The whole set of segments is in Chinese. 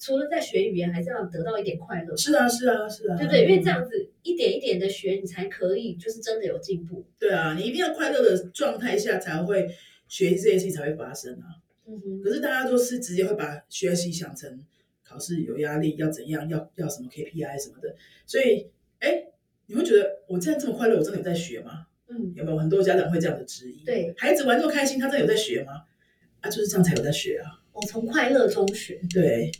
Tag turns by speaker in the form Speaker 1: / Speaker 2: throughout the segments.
Speaker 1: 除了在学语言，还是要得到一点快乐，
Speaker 2: 是啊，是啊，是啊，
Speaker 1: 对不对？因为这样子一点一点的学，你才可以就是真的有进步。
Speaker 2: 对啊，你一定要快乐的状态下才会学习这些事情才会发生啊。
Speaker 1: 嗯哼，
Speaker 2: 可是大家都是直接会把学习想成考试有压力，要怎样，要要什么 KPI 什么的，所以哎，你会觉得我这样这么快乐，我真的有在学吗？
Speaker 1: 嗯，
Speaker 2: 有没有很多家长会这样的质疑？
Speaker 1: 对，
Speaker 2: 孩子玩这么开心，他真的有在学吗？啊，就是这样才有在学啊。
Speaker 1: 我从快乐中学。
Speaker 2: 对，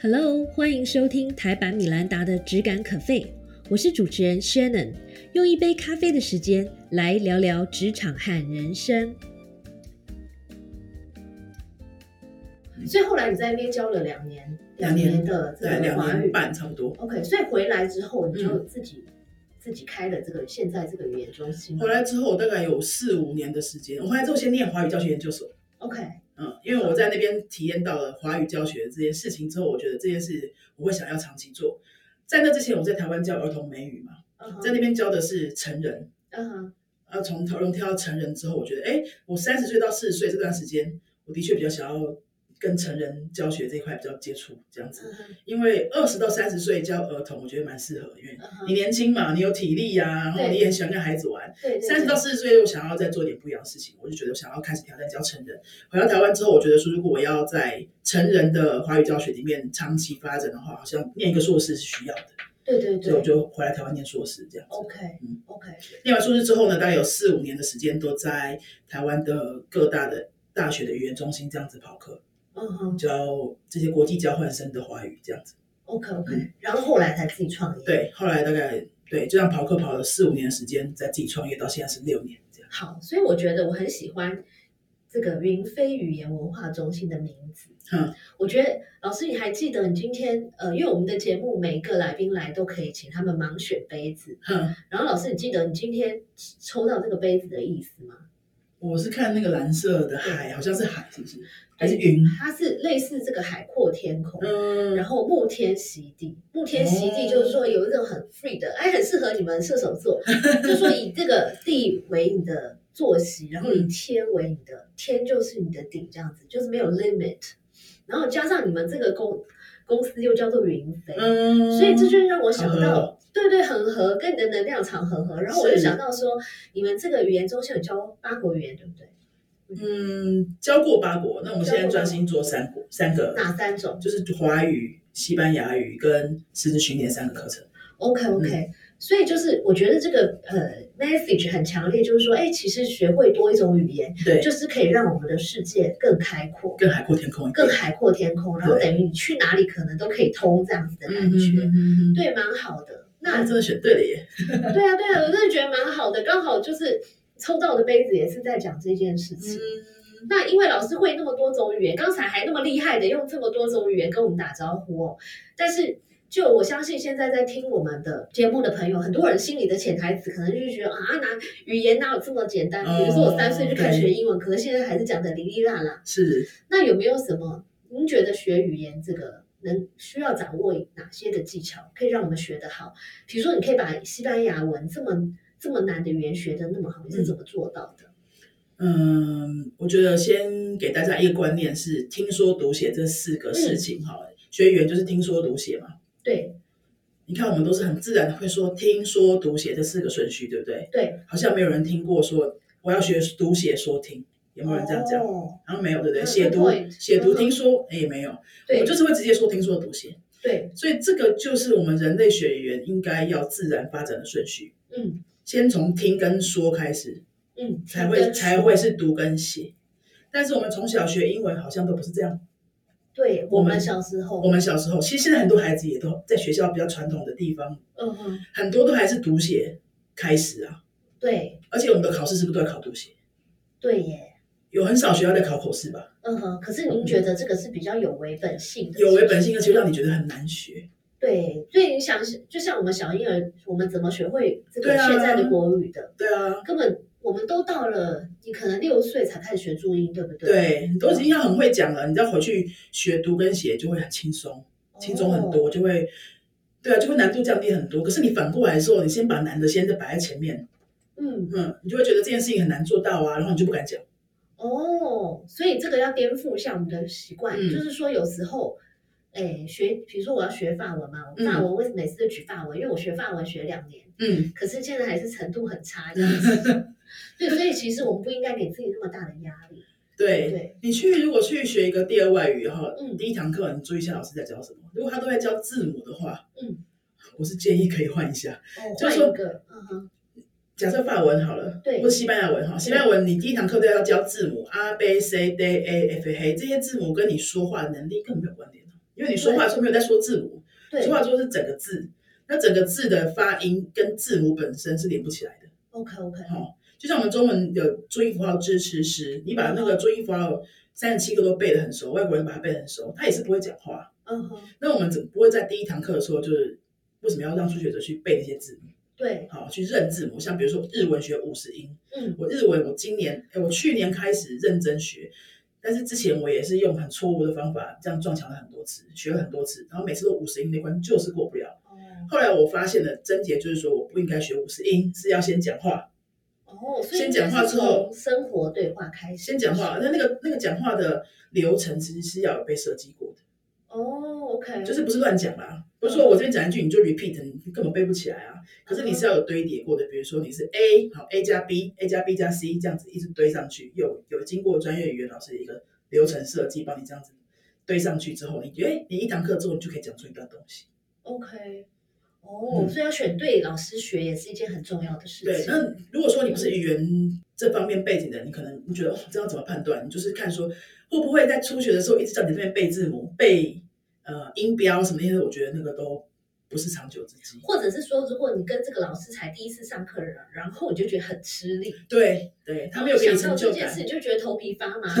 Speaker 3: Hello，欢迎收听台版米兰达的《只感可废》，我是主持人 Shannon，用一杯咖啡的时间来聊聊职场和人生。
Speaker 1: 所以后来你在那边教了两年，
Speaker 2: 两年
Speaker 1: 的这
Speaker 2: 对，
Speaker 1: 个
Speaker 2: 两
Speaker 1: 华
Speaker 2: 年
Speaker 1: 语。
Speaker 2: 半差不多。
Speaker 1: OK，所以回来之后你
Speaker 2: 嗯
Speaker 1: 就自己、自己开了这个现在这个语言中心。
Speaker 2: 回来之后，我大概有四五年的时间。我回来之后先念华语教学研究所，
Speaker 1: OK，
Speaker 2: 嗯，因为我在那边体验到了华语教学这件事情之后，我觉得这件事我会想要长期做。在那之前，我在台湾教儿童美语嘛，
Speaker 1: 嗯
Speaker 2: 在
Speaker 1: 哼，
Speaker 2: 那边教的是成人。
Speaker 1: 嗯哼，
Speaker 2: 呃，从儿童跳到成人之后，我觉得，哎，我三十岁到四十岁这段时间，我的确比较想要跟成人教学这一块比较接触，这样子。
Speaker 1: 嗯哼，
Speaker 2: 因为二十到三十岁教儿童，我觉得蛮适合，因为
Speaker 1: 嗯哼
Speaker 2: 你年轻嘛，你有体力呀、然后
Speaker 1: 对
Speaker 2: 你也很喜欢跟孩子玩。
Speaker 1: 对对对，
Speaker 2: 三十到四十岁，我想要再做点不一样的事情，我就觉得我想要开始挑战教成人。回到台湾之后，我觉得说，如果我要在成人的华语教学里面长期发展的话，好像念一个硕士是需要的，
Speaker 1: 对对
Speaker 2: 所以我
Speaker 1: 对
Speaker 2: 就回来台湾念硕士这样子。
Speaker 1: ，OK
Speaker 2: 嗯
Speaker 1: OK，
Speaker 2: 念完硕士之后呢，大概有四五年的时间都在台湾的各大的大学的语言中心这样子跑课，
Speaker 1: 嗯哼
Speaker 2: 教这些国际交换生的华语这样子。
Speaker 1: ，OK OK，然后后来才自己创业。，
Speaker 2: 嗯对，后来大概对，就像跑课跑了四五年的时间，在自己创业到现在是六年这样。
Speaker 1: 好，所以我觉得我很喜欢这个云飞语言文化中心的名字。
Speaker 2: 嗯，
Speaker 1: 我觉得老师，你还记得你今天呃，因为我们的节目每一个来宾来都可以请他们盲选杯子，
Speaker 2: 哼，
Speaker 1: 然后老师，你记得你今天抽到这个杯子的意思吗？
Speaker 2: 我是看那个蓝色的海，好像是海，是不是？还是云？
Speaker 1: 它是类似这个海阔天空，
Speaker 2: 嗯，哦
Speaker 1: 然后沐天席地，沐天席地就是说有一种很 free 的，哎，很适合你们射手 座，就是说以这个地为你的作息，然后以天为你的天就是你的顶，这样子就是没有 limit，然后加上你们这个公公司又叫做云飞，
Speaker 2: 嗯，
Speaker 1: 所以这就让我想
Speaker 2: 好合
Speaker 1: 到
Speaker 2: 哦，
Speaker 1: 对对，很合，跟你的能量场很合。然后我就是想到说，你们这个语言中心有教八国语言，对不对？
Speaker 2: 嗯，教过八国，那我们现在专心做三国三个，
Speaker 1: 哪三种
Speaker 2: 就是华语、西班牙语跟狮子训练三个课程。
Speaker 1: ？OK OK，、所以
Speaker 2: 嗯
Speaker 1: 就是我觉得这个呃 message 很强烈，就是说，哎，其实学会多一种语言，
Speaker 2: 对，
Speaker 1: 就是可以让我们的世界更开阔、
Speaker 2: 更海阔天空一点
Speaker 1: 更。海阔天空，然后等于你去哪里可能都可以通这样子的感觉，
Speaker 2: 嗯，
Speaker 1: 对，蛮好的。那
Speaker 2: 那真的选对了耶。
Speaker 1: 对啊对啊，我真的觉得蛮好的，刚好就是抽到的杯子也是在讲这件事情。
Speaker 2: 嗯，
Speaker 1: 那因为老师会那么多种语言，刚才还那么厉害的用这么多种语言跟我们打招呼哦。但是就我相信，现在在听我们的节目的朋友，很多人心里的潜台词可能就是觉得啊，哪语言哪有这么简单？
Speaker 2: 嗯
Speaker 1: 比如说我三岁就开始学英文，可是现在还是讲的哩哩啦啦。
Speaker 2: 是。
Speaker 1: 那有没有什么？您觉得学语言这个能需要掌握哪些的技巧，可以让我们学得好？比如说，你可以把西班牙文这么这么难的语言学得那么好，你是怎么做到的？
Speaker 2: 嗯，我觉得先给大家一个观念是听说读写这四个事情哈、
Speaker 1: 嗯
Speaker 2: 学语言就是听说读写嘛。
Speaker 1: 对
Speaker 2: 你看，我们都是很自然的会说听说读写这四个顺序，对不对？
Speaker 1: 对，
Speaker 2: 好像没有人听过说我要学读写说听，有没有人这样讲？
Speaker 1: 哦
Speaker 2: 然后没有，对不对？
Speaker 1: 嗯
Speaker 2: 写
Speaker 1: ，good
Speaker 2: 读
Speaker 1: point
Speaker 2: 写
Speaker 1: 嗯
Speaker 2: 读
Speaker 1: 哼
Speaker 2: 听说，哎也没有，
Speaker 1: 对，
Speaker 2: 我就是会直接说听说读写，
Speaker 1: 对，
Speaker 2: 所以这个就是我们人类学语言应该要自然发展的顺序，
Speaker 1: 嗯
Speaker 2: 先从听跟说开始，
Speaker 1: 嗯，
Speaker 2: 才
Speaker 1: 听
Speaker 2: 会
Speaker 1: 跟
Speaker 2: 才
Speaker 1: 说
Speaker 2: 会是读跟写。但是我们从小学英文好像都不是这样。
Speaker 1: 对
Speaker 2: 我
Speaker 1: 我们
Speaker 2: 们
Speaker 1: 小时候，
Speaker 2: 我们小时候，其实现在很多孩子也都在学校比较传统的地方，
Speaker 1: 嗯哼，
Speaker 2: 很多都还是读写开始啊。
Speaker 1: 对
Speaker 2: 而且我们的考试是不是都在考读写？
Speaker 1: 对耶，
Speaker 2: 有很少学校在考口试吧？
Speaker 1: 嗯哼。可是您觉得这个是比较有违本性的？
Speaker 2: 有违本。性的，其实让你觉得很难学。
Speaker 1: 对，所以你想，就像我们小婴儿，我们怎么学会这个
Speaker 2: 对啊
Speaker 1: 现在的国语的？
Speaker 2: 对啊，
Speaker 1: 根本我们都到了，你可能六岁才开始学注音，对不对？
Speaker 2: 对，你都已经要很会讲了，你再回去学读跟写就会很轻松，轻松很
Speaker 1: 哦
Speaker 2: 多，就会。对啊，就会难度降低很多。可是你反过来说，你先把难的先摆在前面，
Speaker 1: 嗯，
Speaker 2: 嗯，你就会觉得这件事情很难做到啊，然后你就不敢讲。
Speaker 1: 哦，所以这个要颠覆一下我们的习惯，
Speaker 2: 嗯
Speaker 1: 就是说有时候，哎，学，比如说我要学法文嘛，我
Speaker 2: 嗯
Speaker 1: 法文为什么每次都举法文？因为我学法文学两年，
Speaker 2: 嗯，
Speaker 1: 可是现在还是程度很差这样 子。对，所以其实我们不应该给自己那么大的压力。
Speaker 2: 对，哦
Speaker 1: 对，
Speaker 2: 你去如果去学一个第二外语哈，
Speaker 1: 嗯
Speaker 2: 第一堂课你注意一下老师在教什么。如果他都在教字母的话，
Speaker 1: 嗯，
Speaker 2: 我是建议可以换一下。
Speaker 1: 哦，
Speaker 2: 就
Speaker 1: 换
Speaker 2: 是说
Speaker 1: 一个，嗯哼，
Speaker 2: 假设法文好了，
Speaker 1: 对
Speaker 2: 或西班牙文哈，西班牙文你第一堂课都要教字母 a b c d a f h 这些字母跟你说话的能力根本没有关联，因为你说话的时候没有在说字母，
Speaker 1: 对
Speaker 2: 说话的时候是整个字，那整个字的发音跟字母本身是连不起来的。
Speaker 1: ，OK OK，
Speaker 2: 好，就像我们中文有注音符号支持诗，你把那个注音符号三十七个都背得很熟，外国人把它背得很熟，他也是不会讲话。
Speaker 1: 嗯哼，
Speaker 2: 那我们怎不会在第一堂课的时候，就是为什么要让初学者去背那些字母？
Speaker 1: 对，
Speaker 2: 好，去认字母。像比如说日文学五十音，
Speaker 1: 嗯，
Speaker 2: 我日文我今年，哎，我去年开始认真学。但是之前我也是用很错误的方法，这样撞墙了很多次，学了很多次，然后每次都五十音那关就是过不了。
Speaker 1: 哦，
Speaker 2: 后来我发现了症结，就是说我不应该学五十音，是要先讲话，
Speaker 1: 哦，所以
Speaker 2: 先
Speaker 1: 你
Speaker 2: 讲
Speaker 1: 就是
Speaker 2: 话之后
Speaker 1: 从生活对话开始，
Speaker 2: 先讲话，那那个那个讲话的流程其实是要有被设计过的，
Speaker 1: 哦，OK，
Speaker 2: 就是不是乱讲啦，不是说我这边讲一句你就 repeat，你根本背不起来啊。可是你是要有堆叠过的，比如说你是 A 好 A 加 B，A 加 B 加 C 这样子一直堆上去，有有经过专业语言老师的一个流程设计，帮你这样子堆上去之后，你觉得你一堂课之后你就可以讲出一段东西。
Speaker 1: OK，哦，
Speaker 2: 嗯
Speaker 1: 所以要选对老师学也是一件很重要的事
Speaker 2: 对，
Speaker 1: 情。
Speaker 2: 那如果说你不是语言这方面背景的，你可能你觉得哦，这要怎么判断？你就是看说会不会在初学的时候一直叫你这边背字母、背呃音标什么那些，我觉得那个都不是长久之计。
Speaker 1: 或者是说，如果你跟这个老师才第一次上课，然后你就觉得很吃力，
Speaker 2: 对对，他没有给
Speaker 1: 想
Speaker 2: 你
Speaker 1: 到
Speaker 2: 成
Speaker 1: 这
Speaker 2: 就
Speaker 1: 件
Speaker 2: 感
Speaker 1: 事，你就觉得头皮发 麻。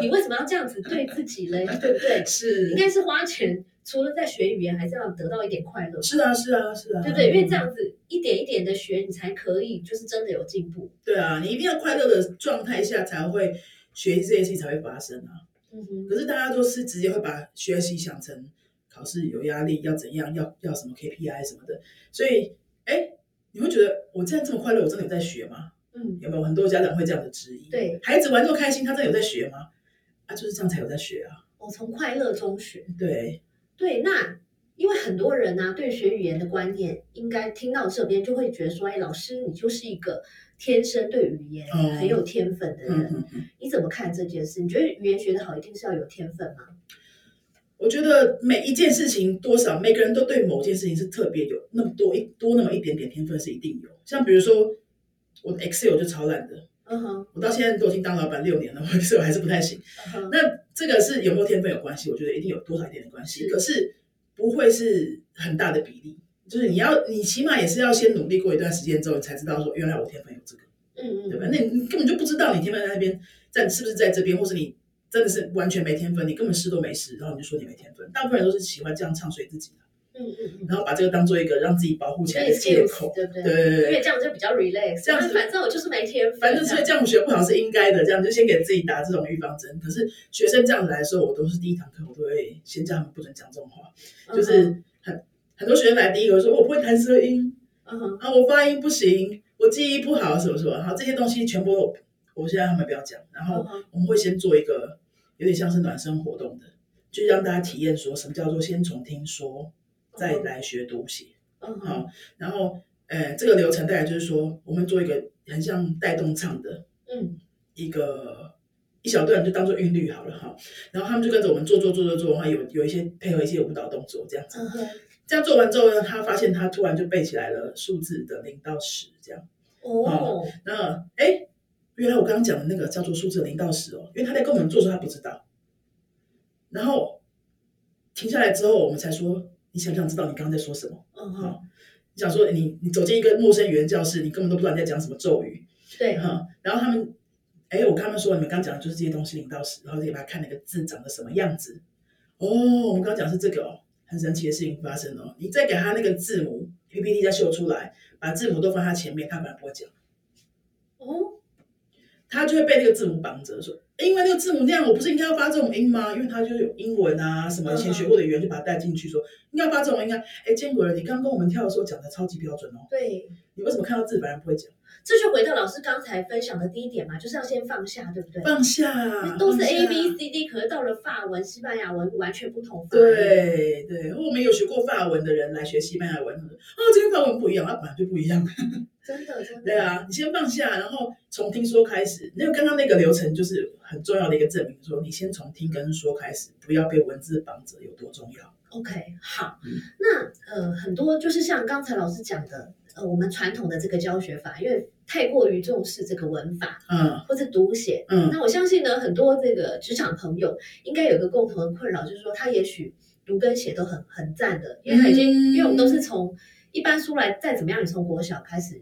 Speaker 1: 你为什么要这样子对自己嘞？对不对？
Speaker 2: 是
Speaker 1: 应该是花钱，除了在学语言，还是要得到一点快乐，
Speaker 2: 是啊是啊是啊，
Speaker 1: 对不对？因为这样子一点一点的学，你才可以就是真的有进步。
Speaker 2: 对啊，你一定要快乐的状态下才会学习这些事情才会发生啊。
Speaker 1: 嗯哼，
Speaker 2: 可是大家都是直接会把学习想成考试有压力，要怎样，要要什么 KPI 什么的，所以哎，你会觉得我这样这么快乐，我真的有在学吗？
Speaker 1: 嗯，
Speaker 2: 有没有很多家长会这样的质疑？
Speaker 1: 对，
Speaker 2: 孩子玩这么开心，他真的有在学吗？啊，就是这样才有在学啊。
Speaker 1: 我从快乐中学。
Speaker 2: 对，
Speaker 1: 对，那因为很多人呢、啊对学语言的观念，应该听到这边就会觉得说，哎，老师你就是一个天生对语言
Speaker 2: 哦
Speaker 1: 很有天分的
Speaker 2: 嗯
Speaker 1: 人，
Speaker 2: 嗯嗯，
Speaker 1: 你怎么看这件事？你觉得语言学得好，一定是要有天分吗？
Speaker 2: 我觉得每一件事情多少，每个人都对某件事情是特别有那么多一多那么一点点天分是一定有。像比如说我的 Excel 就超烂的，
Speaker 1: 嗯哼，
Speaker 2: 我到现在都已经当老板六年了，我 Excel 还是不太行。
Speaker 1: 嗯哼，
Speaker 2: 那这个是有没有天分有关系，我觉得一定有多少一点点关
Speaker 1: 是
Speaker 2: 系，可是不会是很大的比例。就是你要，你起码也是要先努力过一段时间之后，你才知道说原来我天分有这个，
Speaker 1: 嗯
Speaker 2: 对吧？
Speaker 1: 嗯，
Speaker 2: 那你你根本就不知道你天分在那边，在是不是在这边，或是你真的是完全没天分，你根本试都没试，然后你就说你没天分。大部分人都是喜欢这样唱衰自己的，
Speaker 1: 嗯嗯嗯，
Speaker 2: 然后把这个当做一个让自己保护起
Speaker 1: 所
Speaker 2: 来
Speaker 1: 以
Speaker 2: 的借
Speaker 1: excuse
Speaker 2: 口。
Speaker 1: 对不对？
Speaker 2: 对对对
Speaker 1: 因为这样就比较 relax，
Speaker 2: 这样
Speaker 1: 啊
Speaker 2: 子
Speaker 1: 反正我就是没天分，啊
Speaker 2: 反正
Speaker 1: 这
Speaker 2: 所以
Speaker 1: 样
Speaker 2: 这样学不好是应该的，这样就先给自己打这种预防针。可是学生这样子来说，我都是第一堂课，我都会先叫他们不准讲这种话。
Speaker 1: 嗯哼
Speaker 2: 就是很很多学生来第一个说我不会弹舌音
Speaker 1: 嗯哼，
Speaker 2: 啊，我发音不行，我记忆不好什么什么，好这些东西全部我我现在他们不要讲，然后
Speaker 1: 嗯
Speaker 2: 我们会先做一个有点像是暖身活动的，就让大家体验说什么叫做先从听说，再来学读写，
Speaker 1: 嗯哼，
Speaker 2: 好，然后呃这个流程大概就是说我们做一个很像带动唱的
Speaker 1: 嗯
Speaker 2: 一个。一小段就当做韵律好了哈，然后他们就跟着我们做做做做做，然后有有一些配合一些舞蹈动作这样子，
Speaker 1: 嗯哼，
Speaker 2: 这样做完之后呢，他发现他突然就背起来了数字的零到十，这样。
Speaker 1: 哦，
Speaker 2: 那哎，原来我刚刚讲的那个叫做数字零到十哦，因为他在跟我们做的时候他不知道。然后停下来之后，我们才说，你想不想知道你刚刚在说什么？
Speaker 1: 嗯哼，
Speaker 2: 好，你想说你你走进一个陌生语言教室，你根本都不知道你在讲什么咒语，
Speaker 1: 对，
Speaker 2: 哈。然后他们，哎，我跟他们说，你们刚刚讲的就是这些东西零到十，然后给他看那个字长得什么样子。哦，我们刚刚讲是这个哦，很神奇的事情发生了哦。你再给他那个字母 PPT 再秀出来，把字母都放他前面，他本来不会讲，
Speaker 1: 哦，
Speaker 2: 他就会被那个字母绑着，说，诶因为那个字母那样，我不是应该要发这种音吗？因为他就有英文啊，什么
Speaker 1: 嗯
Speaker 2: 以前学过的语言，就把他带进去说，应该要发这种音啊。哎，坚果人，你刚跟我们跳的时候讲的超级标准哦，
Speaker 1: 对，
Speaker 2: 你为什么看到字反而不会讲？
Speaker 1: 这就回到老师刚才分享的第一点嘛，就是要先放下，对不对？
Speaker 2: 放下，
Speaker 1: 都是
Speaker 2: 放下
Speaker 1: A B C D，可是到了法文、西班牙文完全不同发音。
Speaker 2: 对对，我们有学过法文的人来学西班牙文，他说哦，这跟法文不一样，它本来就不一样。
Speaker 1: 真的真的。
Speaker 2: 对啊，你先放下，然后从听说开始。那刚刚那个流程就是很重要的一个证明，说你先从听跟说开始，不要被文字绑着，有多重要？
Speaker 1: OK，好，
Speaker 2: 嗯
Speaker 1: 那呃，很多就是像刚才老师讲的，呃，我们传统的这个教学法，因为太过于重视这个文法
Speaker 2: 嗯
Speaker 1: 或者读写，
Speaker 2: 嗯，
Speaker 1: 那我相信呢，很多这个职场朋友应该有一个共同的困扰，就是说他也许读跟写都很很赞的，因为他已经，
Speaker 2: 嗯
Speaker 1: 因为我们都是从一般书来，再怎么样，你从国小开始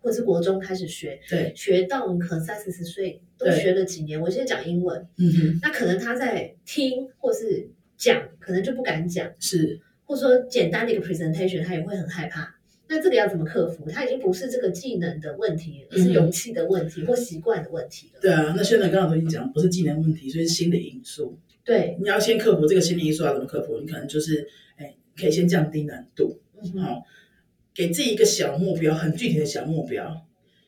Speaker 1: 或是国中开始学，
Speaker 2: 对，
Speaker 1: 学到我们可能三四十岁都
Speaker 2: 对
Speaker 1: 学了几年。我现在讲英文，
Speaker 2: 嗯哼，
Speaker 1: 那可能他在听或是讲，可能就不敢讲。
Speaker 2: 是，
Speaker 1: 或者说简单的一个 presentation，他也会很害怕。那这个要怎么克服？他已经不是这个技能的问题，而
Speaker 2: 嗯
Speaker 1: 是勇气的问题或习惯的问题了。
Speaker 2: 对啊。那现在刚刚都已经讲，不是技能问题，所以是心理因素。
Speaker 1: 对，
Speaker 2: 你要先克服这个心理因素，啊要怎么克服？你可能就是，哎，可以先降低难度。
Speaker 1: 嗯
Speaker 2: 好、
Speaker 1: 哼，
Speaker 2: 给自己一个小目标，很具体的小目标。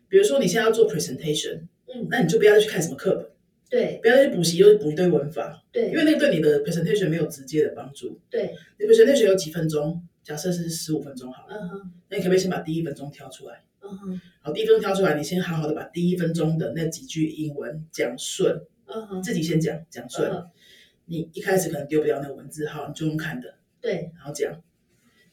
Speaker 2: 比如说你现在要做 presentation，
Speaker 1: 嗯
Speaker 2: 那你就不要再去看什么课本，
Speaker 1: 对
Speaker 2: 不要再去补习，又是补一堆文法，
Speaker 1: 对
Speaker 2: 因为那个对你的 presentation 没有直接的帮助。
Speaker 1: 对，
Speaker 2: 你 presentation 有几分钟？假设是十五分钟好了，
Speaker 1: 嗯哼
Speaker 2: 那你可不可以先把第一分钟挑出来？
Speaker 1: 嗯哼
Speaker 2: 好，第一分钟挑出来，你先好好的把第一分钟的那几句英文讲顺，
Speaker 1: 嗯哼，
Speaker 2: 自己先讲讲顺。
Speaker 1: 嗯
Speaker 2: 你一开始可能丢不掉那个文字号，你就用看的，
Speaker 1: 对
Speaker 2: 然后讲，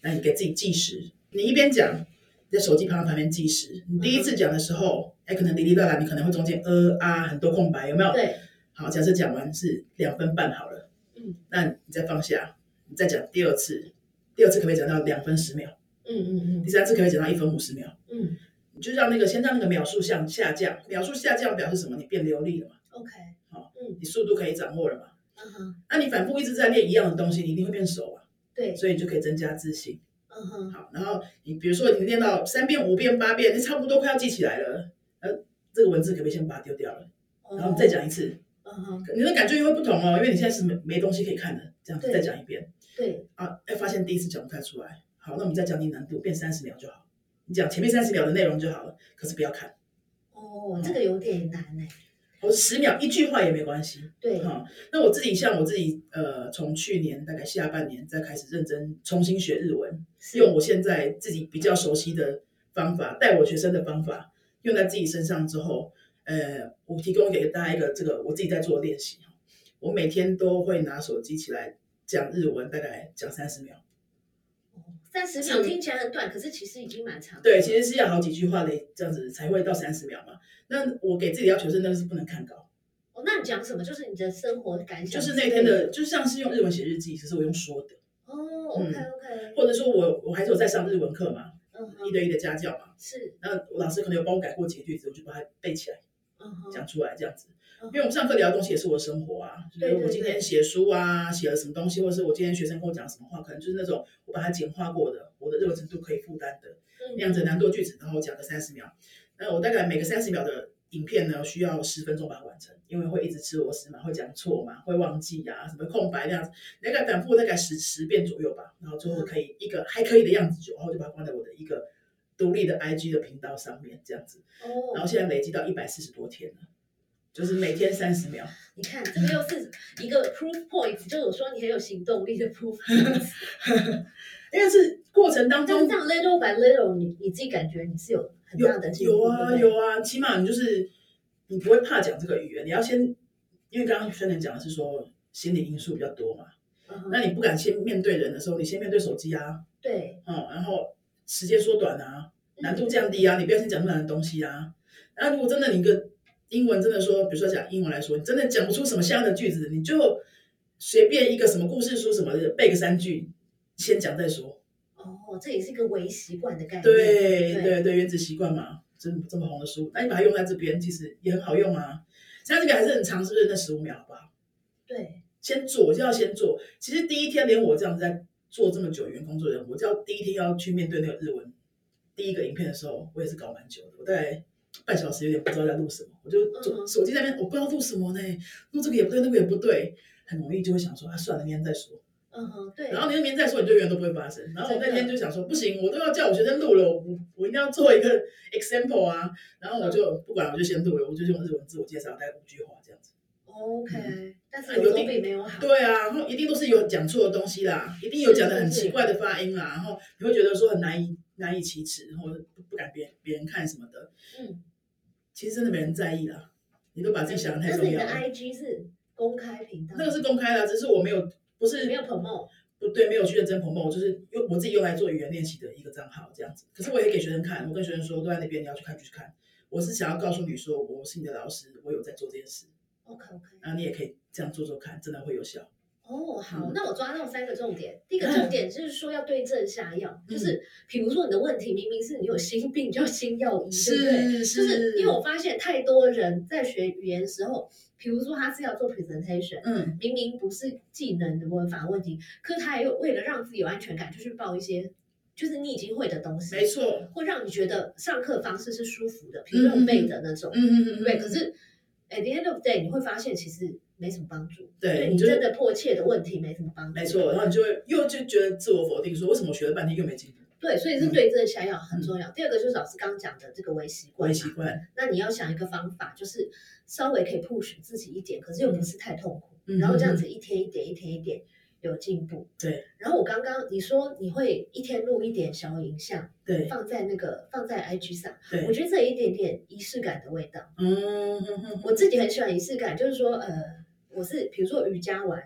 Speaker 2: 那你给自己计时，你一边讲，你在手机旁旁边计时。你第一次讲的时候，哎、可能哩哩啦啦，你可能会中间呃啊很多空白，有没有？。
Speaker 1: 对，
Speaker 2: 好，假设讲完是两分半好了，
Speaker 1: 嗯，
Speaker 2: 那你再放下，你再讲第二次，第二次可不可以讲到两分十秒？
Speaker 1: 嗯嗯
Speaker 2: 第三次可不可以讲到一分五十秒？
Speaker 1: 嗯嗯
Speaker 2: 你就让那个先让那个秒数向下降，秒数下降表示什么？你变流利了嘛，
Speaker 1: ，OK，
Speaker 2: 好
Speaker 1: 嗯
Speaker 2: 你速度可以掌握了嘛？
Speaker 1: 嗯哼，
Speaker 2: 那你反复一直在练一样的东西，你一定会变熟啊，
Speaker 1: 对，
Speaker 2: 所以你就可以增加自信。
Speaker 1: 嗯哼，
Speaker 2: 好，然后你比如说你念到三遍、五遍、八遍，你差不多快要记起来了，呃，这个文字可不可以先把它丢掉了？然后你再
Speaker 1: 讲，
Speaker 2: 讲一次，
Speaker 1: 哦嗯哼，
Speaker 2: 你的感觉也会不同哦，因为你现在是没没东西可以看的，这样子
Speaker 1: 对
Speaker 2: 再讲一遍
Speaker 1: 对，
Speaker 2: 啊，哎，发现第一次讲不太出来，好，那我们再降低难度，变三十秒就好，你讲前面三十秒的内容就好了，可是不要看，
Speaker 1: 哦，这个有点难呢。
Speaker 2: 我十秒一句话也没关系，
Speaker 1: 对，
Speaker 2: 哈、那我自己像我自己，呃，从去年大概下半年再开始认真重新学日文，
Speaker 1: 是
Speaker 2: 用我现在自己比较熟悉的方法，带我学生的方法用在自己身上之后，呃，我提供给大家一个这个我自己在做的练习哈。我每天都会拿手机起来讲日文，大概讲三十秒。
Speaker 1: 哦三十秒听起来很短，可是其实已经蛮长。
Speaker 2: 对，其实是要好几句话的，这样子才会到三十秒嘛。那我给自己要求是，那是不能看稿，
Speaker 1: 哦，那你讲什么？就是你的生活感
Speaker 2: 就
Speaker 1: 想之
Speaker 2: 是
Speaker 1: 类，
Speaker 2: 那天的，嗯就像是用日文写日记，只是我用说的，
Speaker 1: 哦，OK OK，
Speaker 2: 或者说我我还是有在上日文课嘛，
Speaker 1: 嗯
Speaker 2: 一
Speaker 1: 哼，
Speaker 2: 对一的家教嘛。
Speaker 1: 是，
Speaker 2: 那我老师可能有帮我改过几个句子，我就把它背起来。
Speaker 1: 嗯哼，
Speaker 2: 讲出来这样子。
Speaker 1: 嗯
Speaker 2: 因为我们上课聊的东西也是我的生活啊，就
Speaker 1: 对
Speaker 2: 是我
Speaker 1: 对
Speaker 2: 今
Speaker 1: 对
Speaker 2: 天写书啊，写了什么东西，或者是我今天学生跟我讲什么话，可能就是那种我把它简化过的，我的热程度可以负担
Speaker 1: 嗯
Speaker 2: 的那样子的难度的句子，然后我讲个三十秒。那我大概每个三十秒的影片呢，需要十分钟把它完成，因为会一直吃螺丝嘛，会讲错嘛，会忘记啊，什么空白那样子，大概反复大概十十遍左右吧，然后最后可以一个还可以的样子就，然后就把它放在我的一个独立的 IG 的频道上面这样子。
Speaker 1: 哦，
Speaker 2: 然后现在累积到一百四十多天了，就是每天三十秒。
Speaker 1: 你看，这个又是一个 proof point，就是我说你很有行动力的 proof point。
Speaker 2: 因为是过程当
Speaker 1: 但是
Speaker 2: 中
Speaker 1: 这样 little by little，你你自己感觉你是有很
Speaker 2: 有
Speaker 1: 大的进步
Speaker 2: 有
Speaker 1: 对
Speaker 2: 啊
Speaker 1: 不对
Speaker 2: 有啊，起码你就是你不会怕讲这个语言，你要先，因为刚刚轩仁讲的是说心理因素比较多嘛，
Speaker 1: 嗯哼
Speaker 2: 那你不敢先面对人的时候，你先面对手机啊，
Speaker 1: 对
Speaker 2: 嗯，然后时间缩短啊，难度降低啊，你不要先讲那么难的东西啊。然后如果真的你一个英文真的说，比如说讲英文来说，你真的讲不出什么像样的句子，你就随便一个什么故事书什么的背个三句，先讲再说。
Speaker 1: 哦，这也是一个微习惯的概念。
Speaker 2: 对
Speaker 1: 对
Speaker 2: 对对，原子习惯嘛，这么这么红的书，那你把它用在这边，其实也很好用啊。像这个还是很长，是不是？那十五秒好不好？
Speaker 1: 对，
Speaker 2: 先做，就要先做。其实第一天连我这样子在做这么久员工作人，我只要第一天要去面对那个日文第一个影片的时候，我也是搞蛮久的，我大概半小时有点不知道在录什么，我就
Speaker 1: 嗯
Speaker 2: 手
Speaker 1: 嗯
Speaker 2: 手机在那边，我不知道录什么呢，录这个也不对，那个也不对，很容易就会想说啊，算了，明天再说。
Speaker 1: 嗯嗯哼，对。
Speaker 2: 然后你那边再说，你就永远都不会发生。然后我那天
Speaker 1: 真
Speaker 2: 就想说，不行，我都要叫我学生录了，我我一定要做一个 example 啊。然
Speaker 1: 嗯
Speaker 2: 后我就不管，我就先录了，我就用日文自我介绍，大概五句话这样子。
Speaker 1: OK，但
Speaker 2: 啊
Speaker 1: 是有
Speaker 2: 有
Speaker 1: 总
Speaker 2: 定
Speaker 1: 比没有好。
Speaker 2: 对啊，然后一定都是有讲错的东西啦，一定有讲的很奇怪的发音啦，然后你会觉得说很难以难以启齿，或者不不敢别人别人看什么的。
Speaker 1: 嗯，
Speaker 2: 其实真的没人在意啦，你都把自己想的太
Speaker 1: 但是
Speaker 2: 重
Speaker 1: 你
Speaker 2: 要
Speaker 1: 的
Speaker 2: 了。
Speaker 1: IG 是公开频道，
Speaker 2: 那个是公开的，只是我没有，不是
Speaker 1: 没有 promo。
Speaker 2: 不对，没有去认真 promo，我就是用我自己用来做语言练习的一个账号这样子。可是我也给学生看，我跟学生说都在那边，你要去看就去看。我是想要告诉你说，我是你的老师，我有在做这件事，
Speaker 1: OK OK。
Speaker 2: 然后你也可以这样做做看，真的会有效。
Speaker 1: 哦，好
Speaker 2: 嗯，
Speaker 1: 那我抓到三个重点。第一 个重点就是说要对症下药，
Speaker 2: 嗯
Speaker 1: 就是比如说你的问题明明是你有心病，就要心药医，对不对？就是因为我发现太多人在学语言的时候，比如说他是要做 presentation，
Speaker 2: 嗯，
Speaker 1: 明明不是技能的文法问题，可他也有为了让自己有安全感，就去报一些就是你已经会的东西，
Speaker 2: 没，错，
Speaker 1: 会让你觉得上课方式是舒服的，不用背的那种，
Speaker 2: 嗯嗯嗯，
Speaker 1: 对。可是 at the end of the day，你会发现其实没什么帮助，
Speaker 2: 对
Speaker 1: 对
Speaker 2: 你
Speaker 1: 你
Speaker 2: 就是
Speaker 1: 真的迫切的问题没什么帮助，
Speaker 2: 没错，然后你就会又就觉得自我否定，说为什么我学了半天又没进步？
Speaker 1: 对，所以
Speaker 2: 嗯
Speaker 1: 是对症下药很重要。第二个就是老师刚讲的这个微习惯嘛，
Speaker 2: 我也嗯习惯，
Speaker 1: 那你要想一个方法，就是稍微可以 push 自己一点，可是又不是太痛苦，
Speaker 2: 嗯
Speaker 1: 然后这样子一天一点，一天一点有进步。
Speaker 2: 对。
Speaker 1: 然后我刚刚你说你会一天录一点小影像，
Speaker 2: 对
Speaker 1: 放在那个放在 IG 上，我
Speaker 2: 对，
Speaker 1: 觉得这有一点点仪式感的味道。
Speaker 2: 嗯哼哼
Speaker 1: 我自己很喜欢仪式感，就是说，呃，我是比如说瑜伽玩。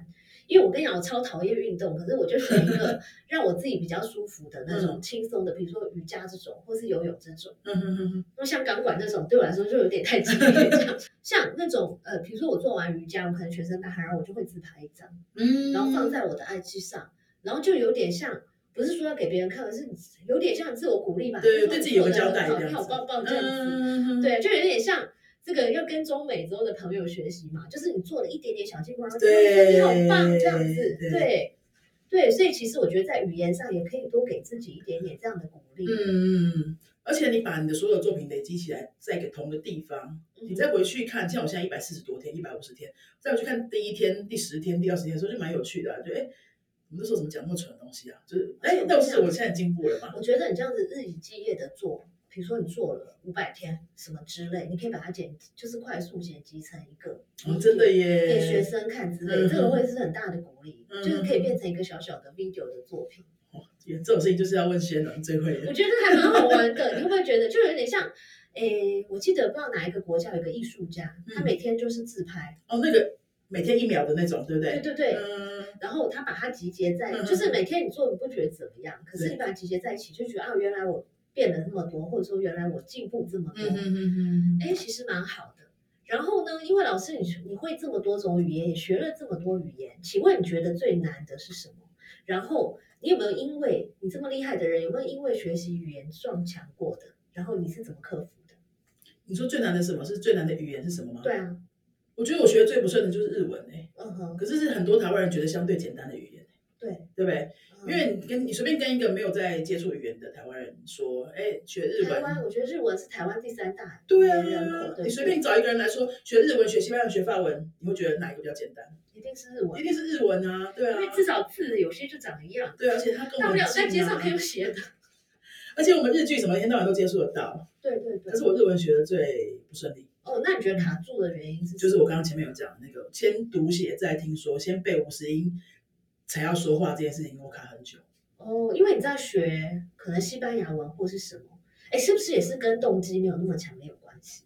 Speaker 1: 因为我跟你讲，我超讨厌运动，可是我就选一个 让我自己比较舒服的那种轻松的，比如说瑜伽这种，或是游泳这种。
Speaker 2: 嗯哼哼哼，
Speaker 1: 那像钢管那种对我来说就有点太激烈，这样 像那种呃，比如说我做完瑜伽，我可能全身大汗，然后我就会自拍一张，
Speaker 2: 嗯
Speaker 1: 然后放在我的 IG 上，然后就有点像，不是说要给别人看，而是有点像自我鼓励吧，
Speaker 2: 对
Speaker 1: 就是说
Speaker 2: 对自己有个
Speaker 1: 你做
Speaker 2: 交
Speaker 1: 得
Speaker 2: 代
Speaker 1: 很好
Speaker 2: 这
Speaker 1: 你
Speaker 2: 样子，嗯
Speaker 1: 好棒棒这样子，
Speaker 2: 子，
Speaker 1: 对，就有点像。这个要跟中美洲的朋友学习嘛，就是你做了一点点小进步，然后就说
Speaker 2: 对
Speaker 1: 你好棒这样子，
Speaker 2: 对
Speaker 1: 对对，所以其实我觉得在语言上也可以多给自己一点点这样的鼓励。
Speaker 2: 嗯嗯，而且你把你的所有作品累积起来，在一个同个地方，
Speaker 1: 嗯
Speaker 2: 你再回去看，像我现在一百四十多天，一百五十天，再回去看第一天、第十天、第二十天的时候，就蛮有趣的、啊，就哎，我们那时候怎么讲那么蠢的东西啊？就是哎，那是我现在进步了嘛？
Speaker 1: 我觉得你这样子日以继夜的做，比如说你做了五百天什么之类，你可以把它剪，就是快速剪辑成一个，
Speaker 2: 哦，真的耶，
Speaker 1: 给学生看之类，
Speaker 2: 嗯
Speaker 1: 这个会是很大的鼓励，
Speaker 2: 嗯
Speaker 1: 就是可以变成一个小小的 video 的作品。
Speaker 2: 哦，这种事情就是要问仙人最会
Speaker 1: 我
Speaker 2: 的，
Speaker 1: 觉得还蛮好玩的，你会不会觉得就有点像？诶，我记得不知道哪一个国家有一个艺术家，他
Speaker 2: 嗯
Speaker 1: 每天就是自拍，
Speaker 2: 哦，那个每天一秒的那种，对不对？
Speaker 1: 对对对，
Speaker 2: 嗯，
Speaker 1: 然后他把它集结在，
Speaker 2: 嗯
Speaker 1: 就是每天你做你不觉得怎么样，可是
Speaker 2: 对
Speaker 1: 你把它集结在一起，就觉得啊，原来我变了那么多，或者说原来我进步这么多，
Speaker 2: 嗯嗯嗯嗯，
Speaker 1: 哎，其实蛮好的。然后呢，因为老师你你会这么多种语言，也学了这么多语言，请问你觉得最难的是什么？然后你有没有因为你这么厉害的人，有没有因为学习语言撞墙过的？然后你是怎么克服的？
Speaker 2: 你说最难的是什么？是最难的语言是什么吗？
Speaker 1: 对，啊，
Speaker 2: 我觉得我学的最不顺的就是日文哎、
Speaker 1: 嗯哼，
Speaker 2: 可是是很多台湾人觉得相对简单的语言，
Speaker 1: 对，
Speaker 2: 对不对？
Speaker 1: 嗯
Speaker 2: 因为你跟你随便跟一个没有在接触语言的台湾人说，哎，学日
Speaker 1: 嗯台湾，
Speaker 2: 文，
Speaker 1: 我觉得日文是台湾第三大
Speaker 2: 对啊
Speaker 1: 语言人口，，对
Speaker 2: 你随
Speaker 1: 不对
Speaker 2: 便找一个人来说学日文、学西班牙、学法文，你会觉得哪一个比较简单？
Speaker 1: 一定是日文
Speaker 2: 一，定是日文啊，对
Speaker 1: 因
Speaker 2: 啊，
Speaker 1: 为至少字有些就长得一样，
Speaker 2: 对，而且它跟
Speaker 1: 大
Speaker 2: 我
Speaker 1: 不
Speaker 2: 们
Speaker 1: 了
Speaker 2: 很
Speaker 1: 在
Speaker 2: 近
Speaker 1: 街上
Speaker 2: 啊
Speaker 1: 可以 学的。
Speaker 2: 而且我们日剧什么一天到晚都接触得到，
Speaker 1: 对对对
Speaker 2: 但。是我日文学的最不顺利，
Speaker 1: 哦，那你觉得卡住的原因是什么？
Speaker 2: 就是我刚刚前面有讲那个先读写再听说，先背五十音才要说话这件事情，我卡很久。
Speaker 1: 哦，因为你在学可能西班牙文或是什么，哎，是不是也是跟动机没有那么强烈有关系？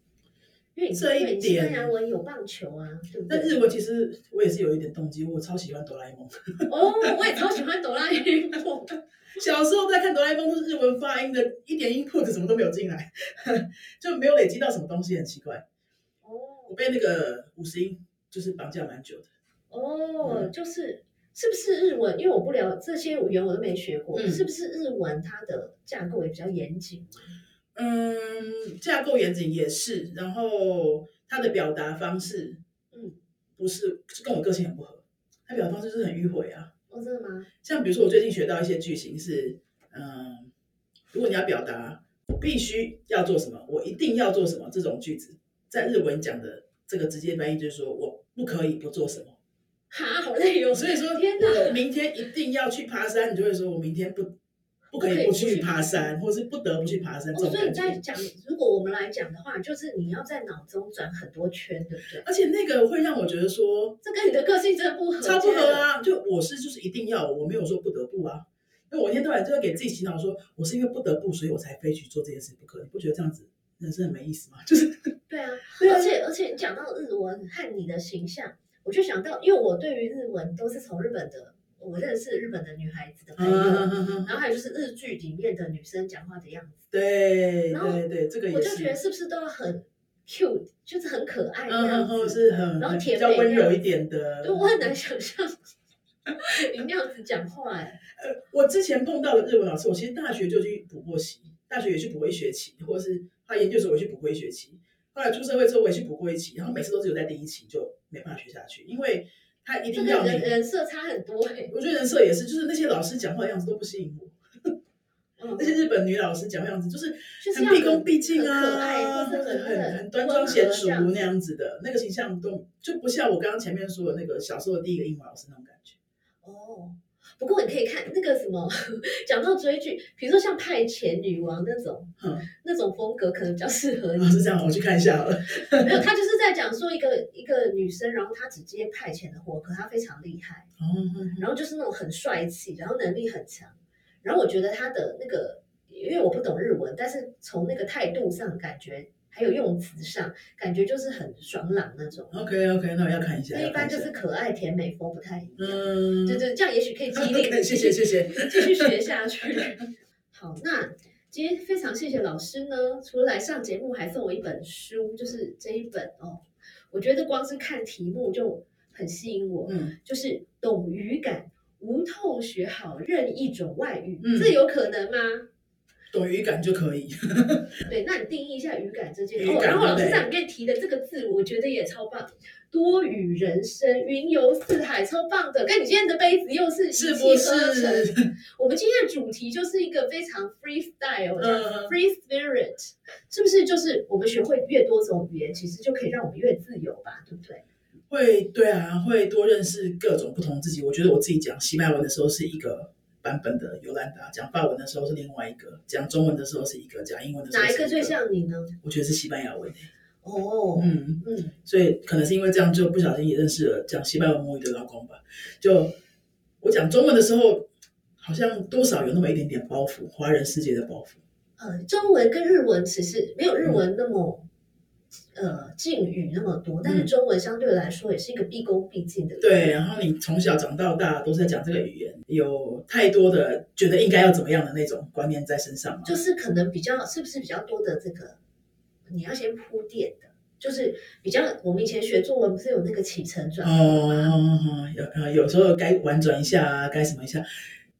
Speaker 1: 因为你
Speaker 2: 这一
Speaker 1: 因为你西班
Speaker 2: 点
Speaker 1: 牙文有棒球啊，对不
Speaker 2: 但
Speaker 1: 对？
Speaker 2: 日文其实我也是有一点动机，我超喜欢哆啦 A 梦。
Speaker 1: 哦，我也超喜欢哆啦 A 梦，
Speaker 2: 小时候在看哆啦 A 梦，都是日文发音的，一点 input 什么都没有进来， 就没有累积到什么东西，很奇怪。我
Speaker 1: 哦
Speaker 2: 被那个五十音就是绑架蛮久的。
Speaker 1: 哦，
Speaker 2: 嗯
Speaker 1: 就是是不是日文？因为我不了这些语言我都没学过，
Speaker 2: 嗯
Speaker 1: 是不是日文它的架构也比较严谨？
Speaker 2: 嗯，架构严谨也是，然后他的表达方式，
Speaker 1: 嗯，
Speaker 2: 不是是跟我个性很不合，他表达方式就是很迂回啊。
Speaker 1: 哦，真的吗？
Speaker 2: 像比如说，我最近学到一些句型是，嗯，如果你要表达我必须要做什么，我一定要做什么这种句子，在日文讲的这个直接翻译就是说我不可以不做什么。
Speaker 1: 哈，好累哦。
Speaker 2: 所以说，
Speaker 1: 天哪，
Speaker 2: 我明天一定要去爬山，你就会说我明天不不可
Speaker 1: 不可
Speaker 2: 以
Speaker 1: 以
Speaker 2: 不
Speaker 1: 不去
Speaker 2: 去爬山，或是不得不去爬山这
Speaker 1: 哦，
Speaker 2: 种
Speaker 1: 所以
Speaker 2: 感
Speaker 1: 你在
Speaker 2: 觉。
Speaker 1: 讲，如果我们来讲的话，就是你要在脑中转很多圈，对不对？
Speaker 2: 而且那个会让我觉得说
Speaker 1: 这跟你的个性真的不合，
Speaker 2: 超不合。啊！就我是就是一定要，我没有说不得不啊。因为我一天到晚就会给自己洗脑说，我是因为不得不，所以我才非去做这件事不可。你不觉得这样子人生很没意思吗？ 就是
Speaker 1: 对啊，
Speaker 2: 对啊
Speaker 1: 而且而且你讲到日文和你的形象，我就想到，因为我对于日文都是从日本的，我认识日本的女孩子的朋友，
Speaker 2: 啊，
Speaker 1: 然后还有就是日剧里面的女生讲话的样子，
Speaker 2: 对
Speaker 1: 然后
Speaker 2: 对对，这个
Speaker 1: 我
Speaker 2: 也
Speaker 1: 就是觉得，是不是都很 cute，就是很可爱
Speaker 2: 嗯
Speaker 1: 那
Speaker 2: 嗯
Speaker 1: 样子。
Speaker 2: 嗯，是很
Speaker 1: 然后
Speaker 2: 比
Speaker 1: 甜
Speaker 2: 较
Speaker 1: 美
Speaker 2: 温
Speaker 1: 那样
Speaker 2: 柔一
Speaker 1: 子
Speaker 2: 点的。
Speaker 1: 就我很难想象 你那样子讲话、哎，
Speaker 2: 呃，我之前碰到的日文老师，我其实大学就去补过习，大学也去补过一学期，或者是他研究所我也去补过一学期，后来出社会之后我也去补过一期，然后每次都只有在第一期就没办法学下去，因为他一
Speaker 1: 这
Speaker 2: 定
Speaker 1: 个
Speaker 2: 要你
Speaker 1: 人。人设差很多、哎，
Speaker 2: 我觉得人设也是，就是那些老师讲话的样子都不吸引我，
Speaker 1: 嗯
Speaker 2: 那些日本女老师讲话的样子就是
Speaker 1: 就是
Speaker 2: 很
Speaker 1: 要
Speaker 2: 毕恭
Speaker 1: 很
Speaker 2: 毕敬
Speaker 1: 很可爱
Speaker 2: 啊，
Speaker 1: 或是
Speaker 2: 或者
Speaker 1: 很
Speaker 2: 很很端
Speaker 1: 温
Speaker 2: 庄
Speaker 1: 和
Speaker 2: 娴
Speaker 1: 这
Speaker 2: 熟
Speaker 1: 样
Speaker 2: 那样子的那个形象都就不像我刚刚前面说的那个小时候的第一个英文老师那种感觉。
Speaker 1: 哦，不过你可以看那个什么， 讲到追剧，比如说像《派遣女王》那种，
Speaker 2: 嗯
Speaker 1: 那种风格可能比较适 合你
Speaker 2: 啊，。是这样，我去看一下好了。
Speaker 1: 没有，他就是在讲说一个一个女生，然后她只接派遣的活，可她非常厉害，
Speaker 2: 哦，
Speaker 1: 然后就是那种很帅气，然后能力很强，然后我觉得她的那个，因为我不懂日文，但是从那个态度上感觉。还有用词上，感觉就是很爽朗那种，
Speaker 2: OK OK，那我要看一下。
Speaker 1: 那一般就
Speaker 2: 要看
Speaker 1: 是
Speaker 2: 下
Speaker 1: 可爱甜美风不太一样。
Speaker 2: 嗯，
Speaker 1: 对对，这样也许可以激 励
Speaker 2: OK，
Speaker 1: 你，
Speaker 2: 谢谢谢谢。
Speaker 1: 继续学下去。 好，那今天非常谢谢老师呢，除了来上节目，还送我一本书，就是这一本哦。我觉得光是看题目就很吸引我，
Speaker 2: 嗯，
Speaker 1: 就是懂语感，无痛学好任一种外语，
Speaker 2: 嗯
Speaker 1: 这有可能吗？
Speaker 2: 懂语感就可以。
Speaker 1: 对，那你定义一下语感这件事。
Speaker 2: 语
Speaker 1: 哦，
Speaker 2: 感
Speaker 1: 然后老
Speaker 2: 对
Speaker 1: 师在里面提的这个字，我觉得也超棒，多语人生，云游四海，超棒的。跟你今天的杯子又是一
Speaker 2: 是
Speaker 1: 气
Speaker 2: 不
Speaker 1: 呵成
Speaker 2: 是？
Speaker 1: 我们今天的主题就是一个非常 freestyle
Speaker 2: 嗯
Speaker 1: 的 free spirit，是不是？就是我们学会越多种语言，其实就可以让我们越自由吧，对不对？
Speaker 2: 会，对啊，会多认识各种不同自己。我觉得我自己讲西班牙文的时候是一个版本的尤兰达，讲法文的时候是另外一个，讲中文的时候是一个，讲英文的时候
Speaker 1: 哪
Speaker 2: 是
Speaker 1: 一
Speaker 2: 一
Speaker 1: 个最？像你呢？
Speaker 2: 我觉得是西班牙文。欸
Speaker 1: 哦，
Speaker 2: 嗯，
Speaker 1: 嗯，
Speaker 2: 所以可能是因为这样，就不小心也认识了讲西班牙文母语的老公吧。就我讲中文的时候，好像多少有那么一点点包袱，华人世界的包袱。
Speaker 1: 呃，中文跟日文其实没有
Speaker 2: 嗯
Speaker 1: 日文那么。呃，敬语那么多，但是
Speaker 2: 嗯
Speaker 1: 中文相对来说也是一个毕恭毕敬的。
Speaker 2: 对，，然后你从小长到大都是在讲这个语言，有太多的觉得应该要怎么样的那种观念在身上嘛。
Speaker 1: 就是可能比较是不是比较多的这个，你要先铺垫的，就是比较我们以前学中文不是有那个起承转合吗？
Speaker 2: 哦，有呃，有时候该婉转一下啊，该什么一下，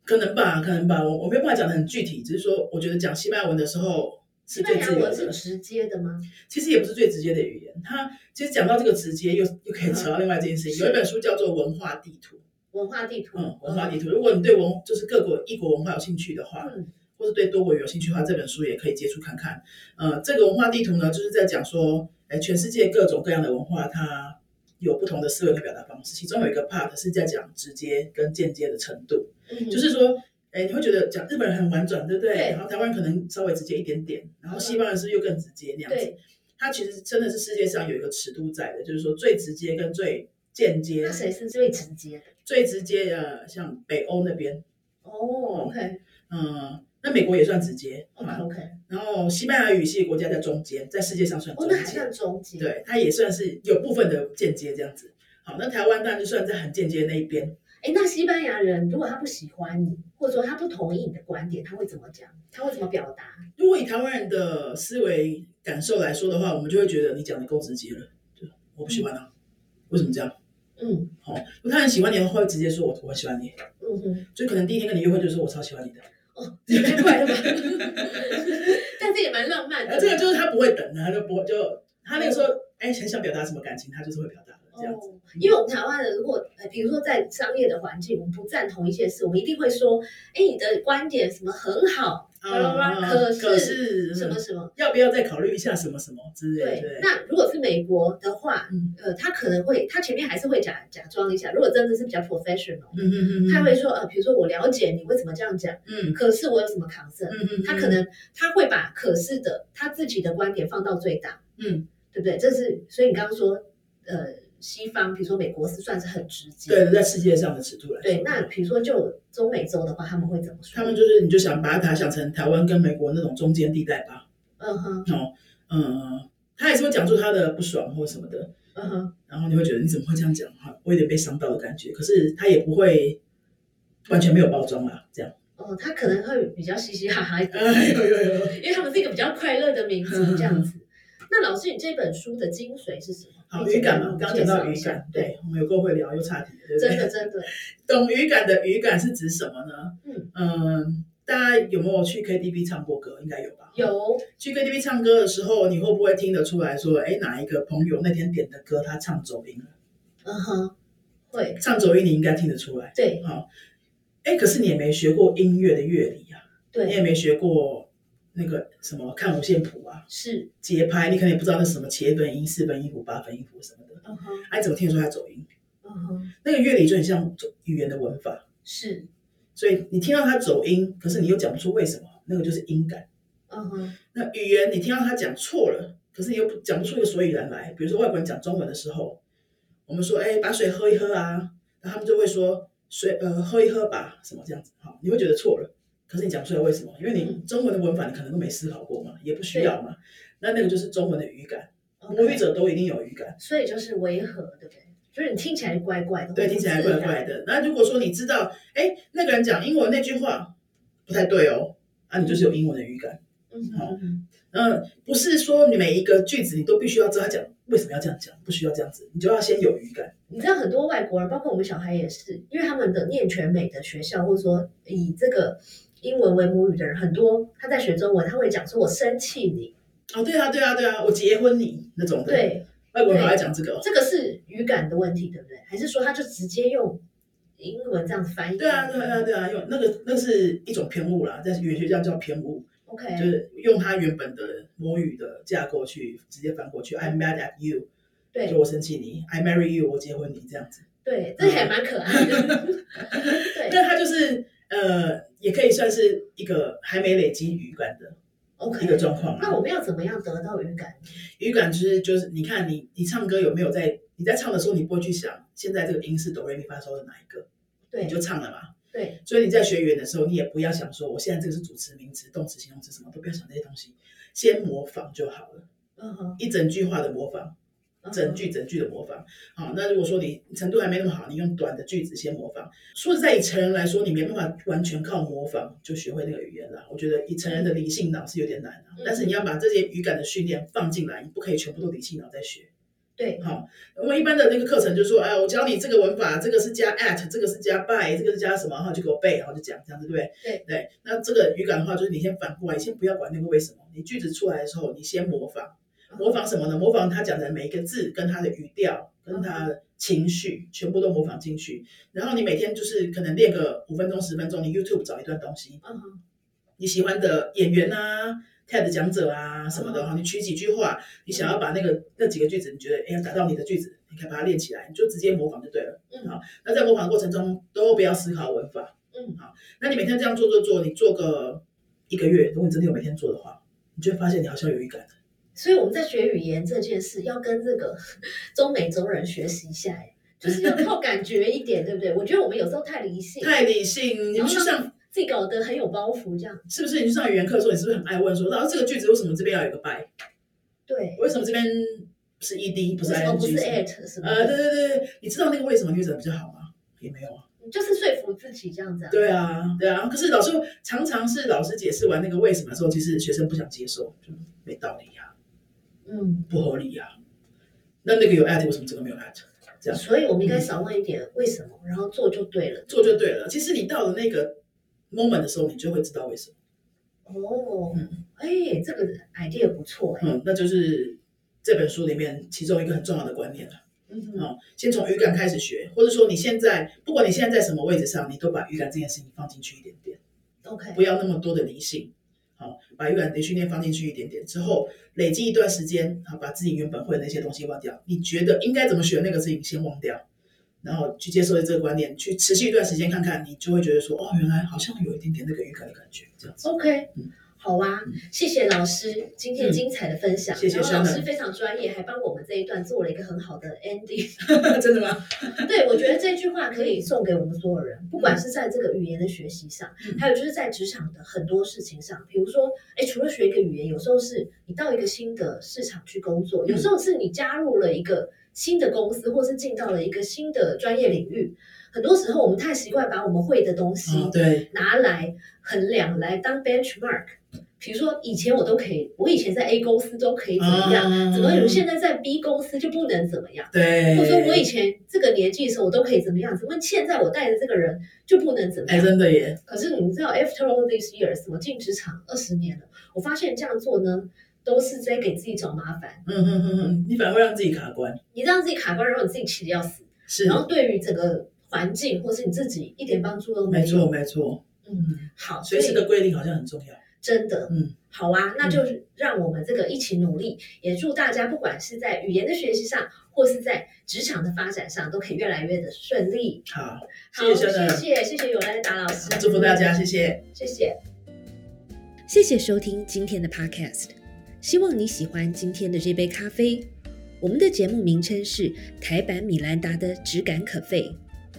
Speaker 2: 可能吧，可能吧，我我没有办法讲的很具体，只是说我觉得讲西班牙文的时候
Speaker 1: 西
Speaker 2: 是
Speaker 1: 班
Speaker 2: 最
Speaker 1: 牙
Speaker 2: 自由
Speaker 1: 文是
Speaker 2: 的，
Speaker 1: 直接的吗？
Speaker 2: 其实也不是最直接的语言。它其实讲到这个直接，又又可以扯 到另外一件事情。
Speaker 1: 是
Speaker 2: 有一本书叫做《文化地图》，
Speaker 1: 文化地图，
Speaker 2: 嗯，文化地图。如果你对文就是各国异国文化有兴趣的话，
Speaker 1: 嗯，
Speaker 2: 或是对多国语有兴趣的话，这本书也可以接触看看。呃，这个文化地图呢，就是在讲说，哎，全世界各种各样的文化，它有不同的思维和表达方式。其中有一个 part 是在讲直接跟间接的程度，
Speaker 1: 嗯，
Speaker 2: 就是说，哎，你会觉得讲日本人很婉转，对不对？
Speaker 1: 对
Speaker 2: 然后台湾可能稍微直接一点点，然后西方人是不是又更直接那样子
Speaker 1: 对？，
Speaker 2: 它其实真的是世界上有一个尺度在的，就是说最直接跟最间接
Speaker 1: 那，谁是最直接的？
Speaker 2: 最直接呃，像北欧那边，
Speaker 1: 哦，OK
Speaker 2: 嗯、那美国也算直接，
Speaker 1: OK
Speaker 2: 啊
Speaker 1: OK，
Speaker 2: 然后西班牙语系国家在中间，在世界上算
Speaker 1: 哦，
Speaker 2: 中
Speaker 1: 那还
Speaker 2: 间，
Speaker 1: 算中间，，
Speaker 2: 对，它也算是有部分的间接这样子。好，那台湾当然就算在很间接的那一边，
Speaker 1: 哎，那西班牙人如果他不喜欢你，或者说他不同意你的观点，他会怎么讲？他会怎么表达？
Speaker 2: 如果以台湾人的思维感受来说的话，我们就会觉得你讲的够直接了，就我不喜欢啊，为什么这样？
Speaker 1: 嗯
Speaker 2: 好、如果他很喜欢你的话，会直接说我我很喜欢你，
Speaker 1: 嗯哼，
Speaker 2: 就可能第一天跟你约会就说我超喜欢你的，
Speaker 1: 哦，这也太快了吧！ 但这也蛮浪漫
Speaker 2: 那
Speaker 1: 的，
Speaker 2: 啊这个就是他不会等，他就不会就他那个时候哎很想表达什么感情，他就是会表达的这样子。
Speaker 1: 哦，因为我们台湾人，如果呃比如说在商业的环境，我们不赞同一些事，我们一定会说，哎，你的观点什么很好，巴拉巴拉可是
Speaker 2: 啊可是
Speaker 1: 什么什么。
Speaker 2: 要不要再考虑一下什么什么之
Speaker 1: 对
Speaker 2: 类的？，
Speaker 1: 那如果是美国的话，
Speaker 2: 嗯
Speaker 1: 呃，他可能会，他前面还是会假假装一下。如果真的是比较 professional，、
Speaker 2: 嗯嗯嗯，
Speaker 1: 他会说，呃，比如说我了解你为什么这样讲，
Speaker 2: 嗯
Speaker 1: 可是我有什么 concern，、
Speaker 2: 嗯嗯，
Speaker 1: 他可能他会把可是的他自己的观点放到最大，
Speaker 2: 嗯，
Speaker 1: 对不对？这是所以你刚刚说，呃，西方比如说美国是算是很直接，
Speaker 2: 对在世界上的尺度来说，
Speaker 1: 对。那比如说就中美洲的话，他们会怎么说？
Speaker 2: 他们就是你就想把它想成台湾跟美国那种中间地带吧，
Speaker 1: 嗯哼
Speaker 2: 哦，嗯，他也是会讲出他的不爽或什么的，
Speaker 1: 嗯哼，
Speaker 2: 然后你会觉得你怎么会这样讲哈，我有点被伤到的感觉，可是他也不会完全没有包装啦，这样，
Speaker 1: 哦，他可能会比较嘻嘻哈哈一点。
Speaker 2: 哎呦呦呦。
Speaker 1: 因为他们是一个比较快乐的民族
Speaker 2: 嗯
Speaker 1: 这样子。那老师，你这本书的精髓是什么？
Speaker 2: 好，
Speaker 1: 可以
Speaker 2: 语
Speaker 1: 简单
Speaker 2: 感嘛，我刚刚
Speaker 1: 介
Speaker 2: 讲
Speaker 1: 绍
Speaker 2: 到
Speaker 1: 一
Speaker 2: 语
Speaker 1: 下
Speaker 2: 感，
Speaker 1: 对，
Speaker 2: 对，我们有够会聊，又差题，对不对？
Speaker 1: 真的真的，
Speaker 2: 懂语感的语感是指什么呢？
Speaker 1: 嗯
Speaker 2: 嗯，大家有没有去 KTV 唱过歌？应该有吧。
Speaker 1: 有
Speaker 2: 去 KTV 唱歌的时候，你会不会听得出来说，哎，哪一个朋友那天点的歌他唱走音了？
Speaker 1: 嗯哼，会
Speaker 2: 唱走音你应该听得出来。
Speaker 1: 对
Speaker 2: 好、哎，可是你也没学过音乐的乐理啊，你
Speaker 1: 对
Speaker 2: 也没学过那个什么看五线谱啊、
Speaker 1: 是，
Speaker 2: 节拍，你可能也不知道那是什么切分音、四分音符、八分音符什么的，
Speaker 1: 嗯哼
Speaker 2: 哎，怎么听得出他走音？
Speaker 1: 嗯哼
Speaker 2: 那个乐理就很像语言的文法。
Speaker 1: 是，
Speaker 2: 所以你听到他走音，可是你又讲不出为什么，那个就是音感。
Speaker 1: 嗯哼
Speaker 2: 那语言你听到他讲错了，可是你又不讲不出一个所以然来。比如说外国人讲中文的时候，我们说，哎，把水喝一喝啊，然后他们就会说水呃喝一喝吧，什么这样子，好，你会觉得错了，可是你讲不出来为什么，因为你中文的文法你可能都没思考过嘛，也不需要嘛。那那个就是中文的语感，母语
Speaker 1: ，OK，
Speaker 2: 者都一定有语感。
Speaker 1: 嗯所以就是违和，对不对？就是你听起来怪怪的，
Speaker 2: 对，听起来怪怪。的。那如果说你知道，哎，那个人讲英文那句话不太对哦，啊，你就是有英文的语感。
Speaker 1: 嗯
Speaker 2: 好
Speaker 1: 哼，
Speaker 2: 嗯，不是说你每一个句子你都必须要知道他讲为什么要这样讲，不需要这样子，你就要先有语感。
Speaker 1: 你知道很多外国人，包括我们小孩也是，因为他们的念全美的学校，或者说以这个英文为母语的人，很多他在学中文，他会讲说“我生气你
Speaker 2: 哦，对啊，对啊，对啊，我结婚你那”，种的，，
Speaker 1: 对，
Speaker 2: 外国人好爱讲这个、哦。
Speaker 1: 这个是语感的问题，对不对？还是说他就直接用英文这样翻译？
Speaker 2: 对啊，对啊，对啊，用那个那是一种偏误啦，在语言学上叫偏误，
Speaker 1: OK，
Speaker 2: 就是用它原本的母语的架构去直接翻过去。I'm mad at you，就
Speaker 1: 对
Speaker 2: 我生气你；I marry you，我结婚你这样子。
Speaker 1: 对，这还蛮可爱 的。对
Speaker 2: 那它就是呃，也可以算是一个还没累积语感的一个
Speaker 1: ，OK。
Speaker 2: 状况啦。
Speaker 1: 那我们要怎么样得到语感？
Speaker 2: 语感就是就是，你看你你唱歌有没有在你在唱的时候，你不会去想现在这个音是哆来咪发嗦的哪一个，
Speaker 1: 对
Speaker 2: 你就唱了嘛。
Speaker 1: 对，
Speaker 2: 所以你在学语言的时候，你也不要想说我现在这个是主词、名词、动词、形容词什么，都不要想这些东西，先模仿就好了，
Speaker 1: 嗯哼，
Speaker 2: 一整句话的模仿，
Speaker 1: 嗯哼
Speaker 2: 整句整句的模仿。好，那如果说你程度还没那么好，你用短的句子先模仿。说实在，以成人来说，你没办法完全靠模仿就学会那个语言啦。我觉得以成人的理性脑是有点难的、
Speaker 1: 嗯
Speaker 2: 但是你要把这些语感的训练放进来，你不可以全部都理性脑在学。
Speaker 1: 嗯对，
Speaker 2: 好，我们一般的那个课程就说，哎，我教你这个文法，这个是加 at，这个是加 by，这个是加什么，然后就给我背，然后就讲这样子，对不对？
Speaker 1: 对
Speaker 2: 对。那这个语感的话，就是你先反过来，你先不要管那个为什么，你句子出来的时候，你先模仿，
Speaker 1: 嗯
Speaker 2: 模仿什么呢？模仿他讲的每一个字，跟他的语调，跟他的情绪，全部都模仿进去。然后你每天就是可能练个五分钟、十分钟，你 YouTube 找一段东西，
Speaker 1: 嗯哼，
Speaker 2: 你喜欢的演员啊、TED 讲者啊什么的，
Speaker 1: 嗯
Speaker 2: 哈、你取几句话，你想要把那个那几个句子，你觉得哎要达到你的句子，你可以把它练起来，你就直接模仿就对了。
Speaker 1: 嗯
Speaker 2: 好，那在模仿的过程中都不要思考文法，
Speaker 1: 嗯，
Speaker 2: 好，那你每天这样做做做，你做个一个月，如果你真的有每天做的话，你就会发现你好像有语感了。
Speaker 1: 所以我们在学语言这件事，要跟这个 中美洲人学习一下，哎就是要靠感觉一点，对不对？我觉得我们有时候太理性，
Speaker 2: 太理性，你
Speaker 1: 然
Speaker 2: 们
Speaker 1: 后
Speaker 2: 去上
Speaker 1: 自己搞得很有包袱，这样
Speaker 2: 是不是？你去上语言课的时候，你是不是很爱问说，然后这个句子为什么这边要有个 by？
Speaker 1: 对。
Speaker 2: 为什么这边是 ed 不是
Speaker 1: 为什么
Speaker 2: ing？
Speaker 1: 不是
Speaker 2: 什么
Speaker 1: at 什么
Speaker 2: 呃，
Speaker 1: 的？
Speaker 2: 对对对对，你知道那个为什么你会讲得比较好吗？也没有啊。
Speaker 1: 你就是说服自己这样子啊。
Speaker 2: 对啊，对啊。可是老师常常是老师解释完那个为什么之后，其实学生不想接受，就没道理啊，
Speaker 1: 嗯，
Speaker 2: 不合理啊。那那个有 at 为什么这个没有 at？这样嗯
Speaker 1: 所以我们应该少问一点为什么，然后做就对了。
Speaker 2: 做就对了。其实你到了那个 moment 的时候，你就会知道为什么。
Speaker 1: 哦
Speaker 2: 嗯，
Speaker 1: 哎、这个 idea 不错哎、
Speaker 2: 嗯，那就是这本书里面其中一个很重要的观念了。
Speaker 1: 嗯哼，
Speaker 2: 哦，先从语感开始学，或者说你现在，不管你现在在什么位置上，你都把语感这件事情放进去一点点，
Speaker 1: ，OK，
Speaker 2: 不要那么多的理性。好，把浏览的训练放进去一点点之后，累积一段时间，好，把自己原本会的那些东西忘掉。你觉得应该怎么学那个事情，先忘掉，然后去接受这个观念，去持续一段时间看看，你就会觉得说，哦，原来好像有一点点那个语感的感觉，这样子。
Speaker 1: OK，
Speaker 2: 嗯
Speaker 1: 好啊，谢谢老师今天精彩的分享，
Speaker 2: 嗯谢谢
Speaker 1: 然后老
Speaker 2: Shannon
Speaker 1: 师非常专业，还帮我们这一段做了一个很好的 ending。
Speaker 2: 真的吗？
Speaker 1: 对，我觉得这句话可以送给我们所有人，不管是在这个语言的学习上，
Speaker 2: 嗯
Speaker 1: 还有就是在职场的很多事情上，比如说，哎，除了学一个语言，有时候是你到一个新的市场去工作，
Speaker 2: 嗯
Speaker 1: 有时候是你加入了一个新的公司，或是进到了一个新的专业领域。很多时候，我们太习惯把我们会的东西
Speaker 2: 啊，对，
Speaker 1: 拿来衡量，来当 benchmark。比如说，以前我都可以，我以前在 A 公司都可以怎么样，
Speaker 2: 啊
Speaker 1: 怎么有现在在 B 公司就不能怎么样？
Speaker 2: 对，
Speaker 1: 或者说我以前这个年纪的时候我都可以怎么样，怎么现在我带的这个人就不能怎么
Speaker 2: 哎，
Speaker 1: 样？
Speaker 2: 真的耶，
Speaker 1: 可是你知道，after all these years，我进职场二十年了，我发现这样做呢，都是在给自己找麻烦。
Speaker 2: 嗯嗯嗯嗯，你反而会让自己卡关，
Speaker 1: 你让自己卡关，然后你自己气得要死，
Speaker 2: 是，
Speaker 1: 然后对于整个环境或是你自己一点帮助都没有。
Speaker 2: 没错没错，
Speaker 1: 嗯，好，
Speaker 2: 随时的规定好像很重要，
Speaker 1: 真的，
Speaker 2: 嗯，
Speaker 1: 好啊，那就让我们这个一起努力，也祝大家不管是在语言的学习上，或是在职场的发展上，都可以越来越的顺利。
Speaker 2: 好，
Speaker 1: 好，谢
Speaker 2: 谢谢真的，
Speaker 1: 谢谢谢有来达老师，
Speaker 2: 祝福大家，谢谢。
Speaker 1: 谢谢。
Speaker 3: 谢谢收听今天的 Podcast，希望你喜欢今天的这杯咖啡。我们的节目名称是台版米兰达的质感可废，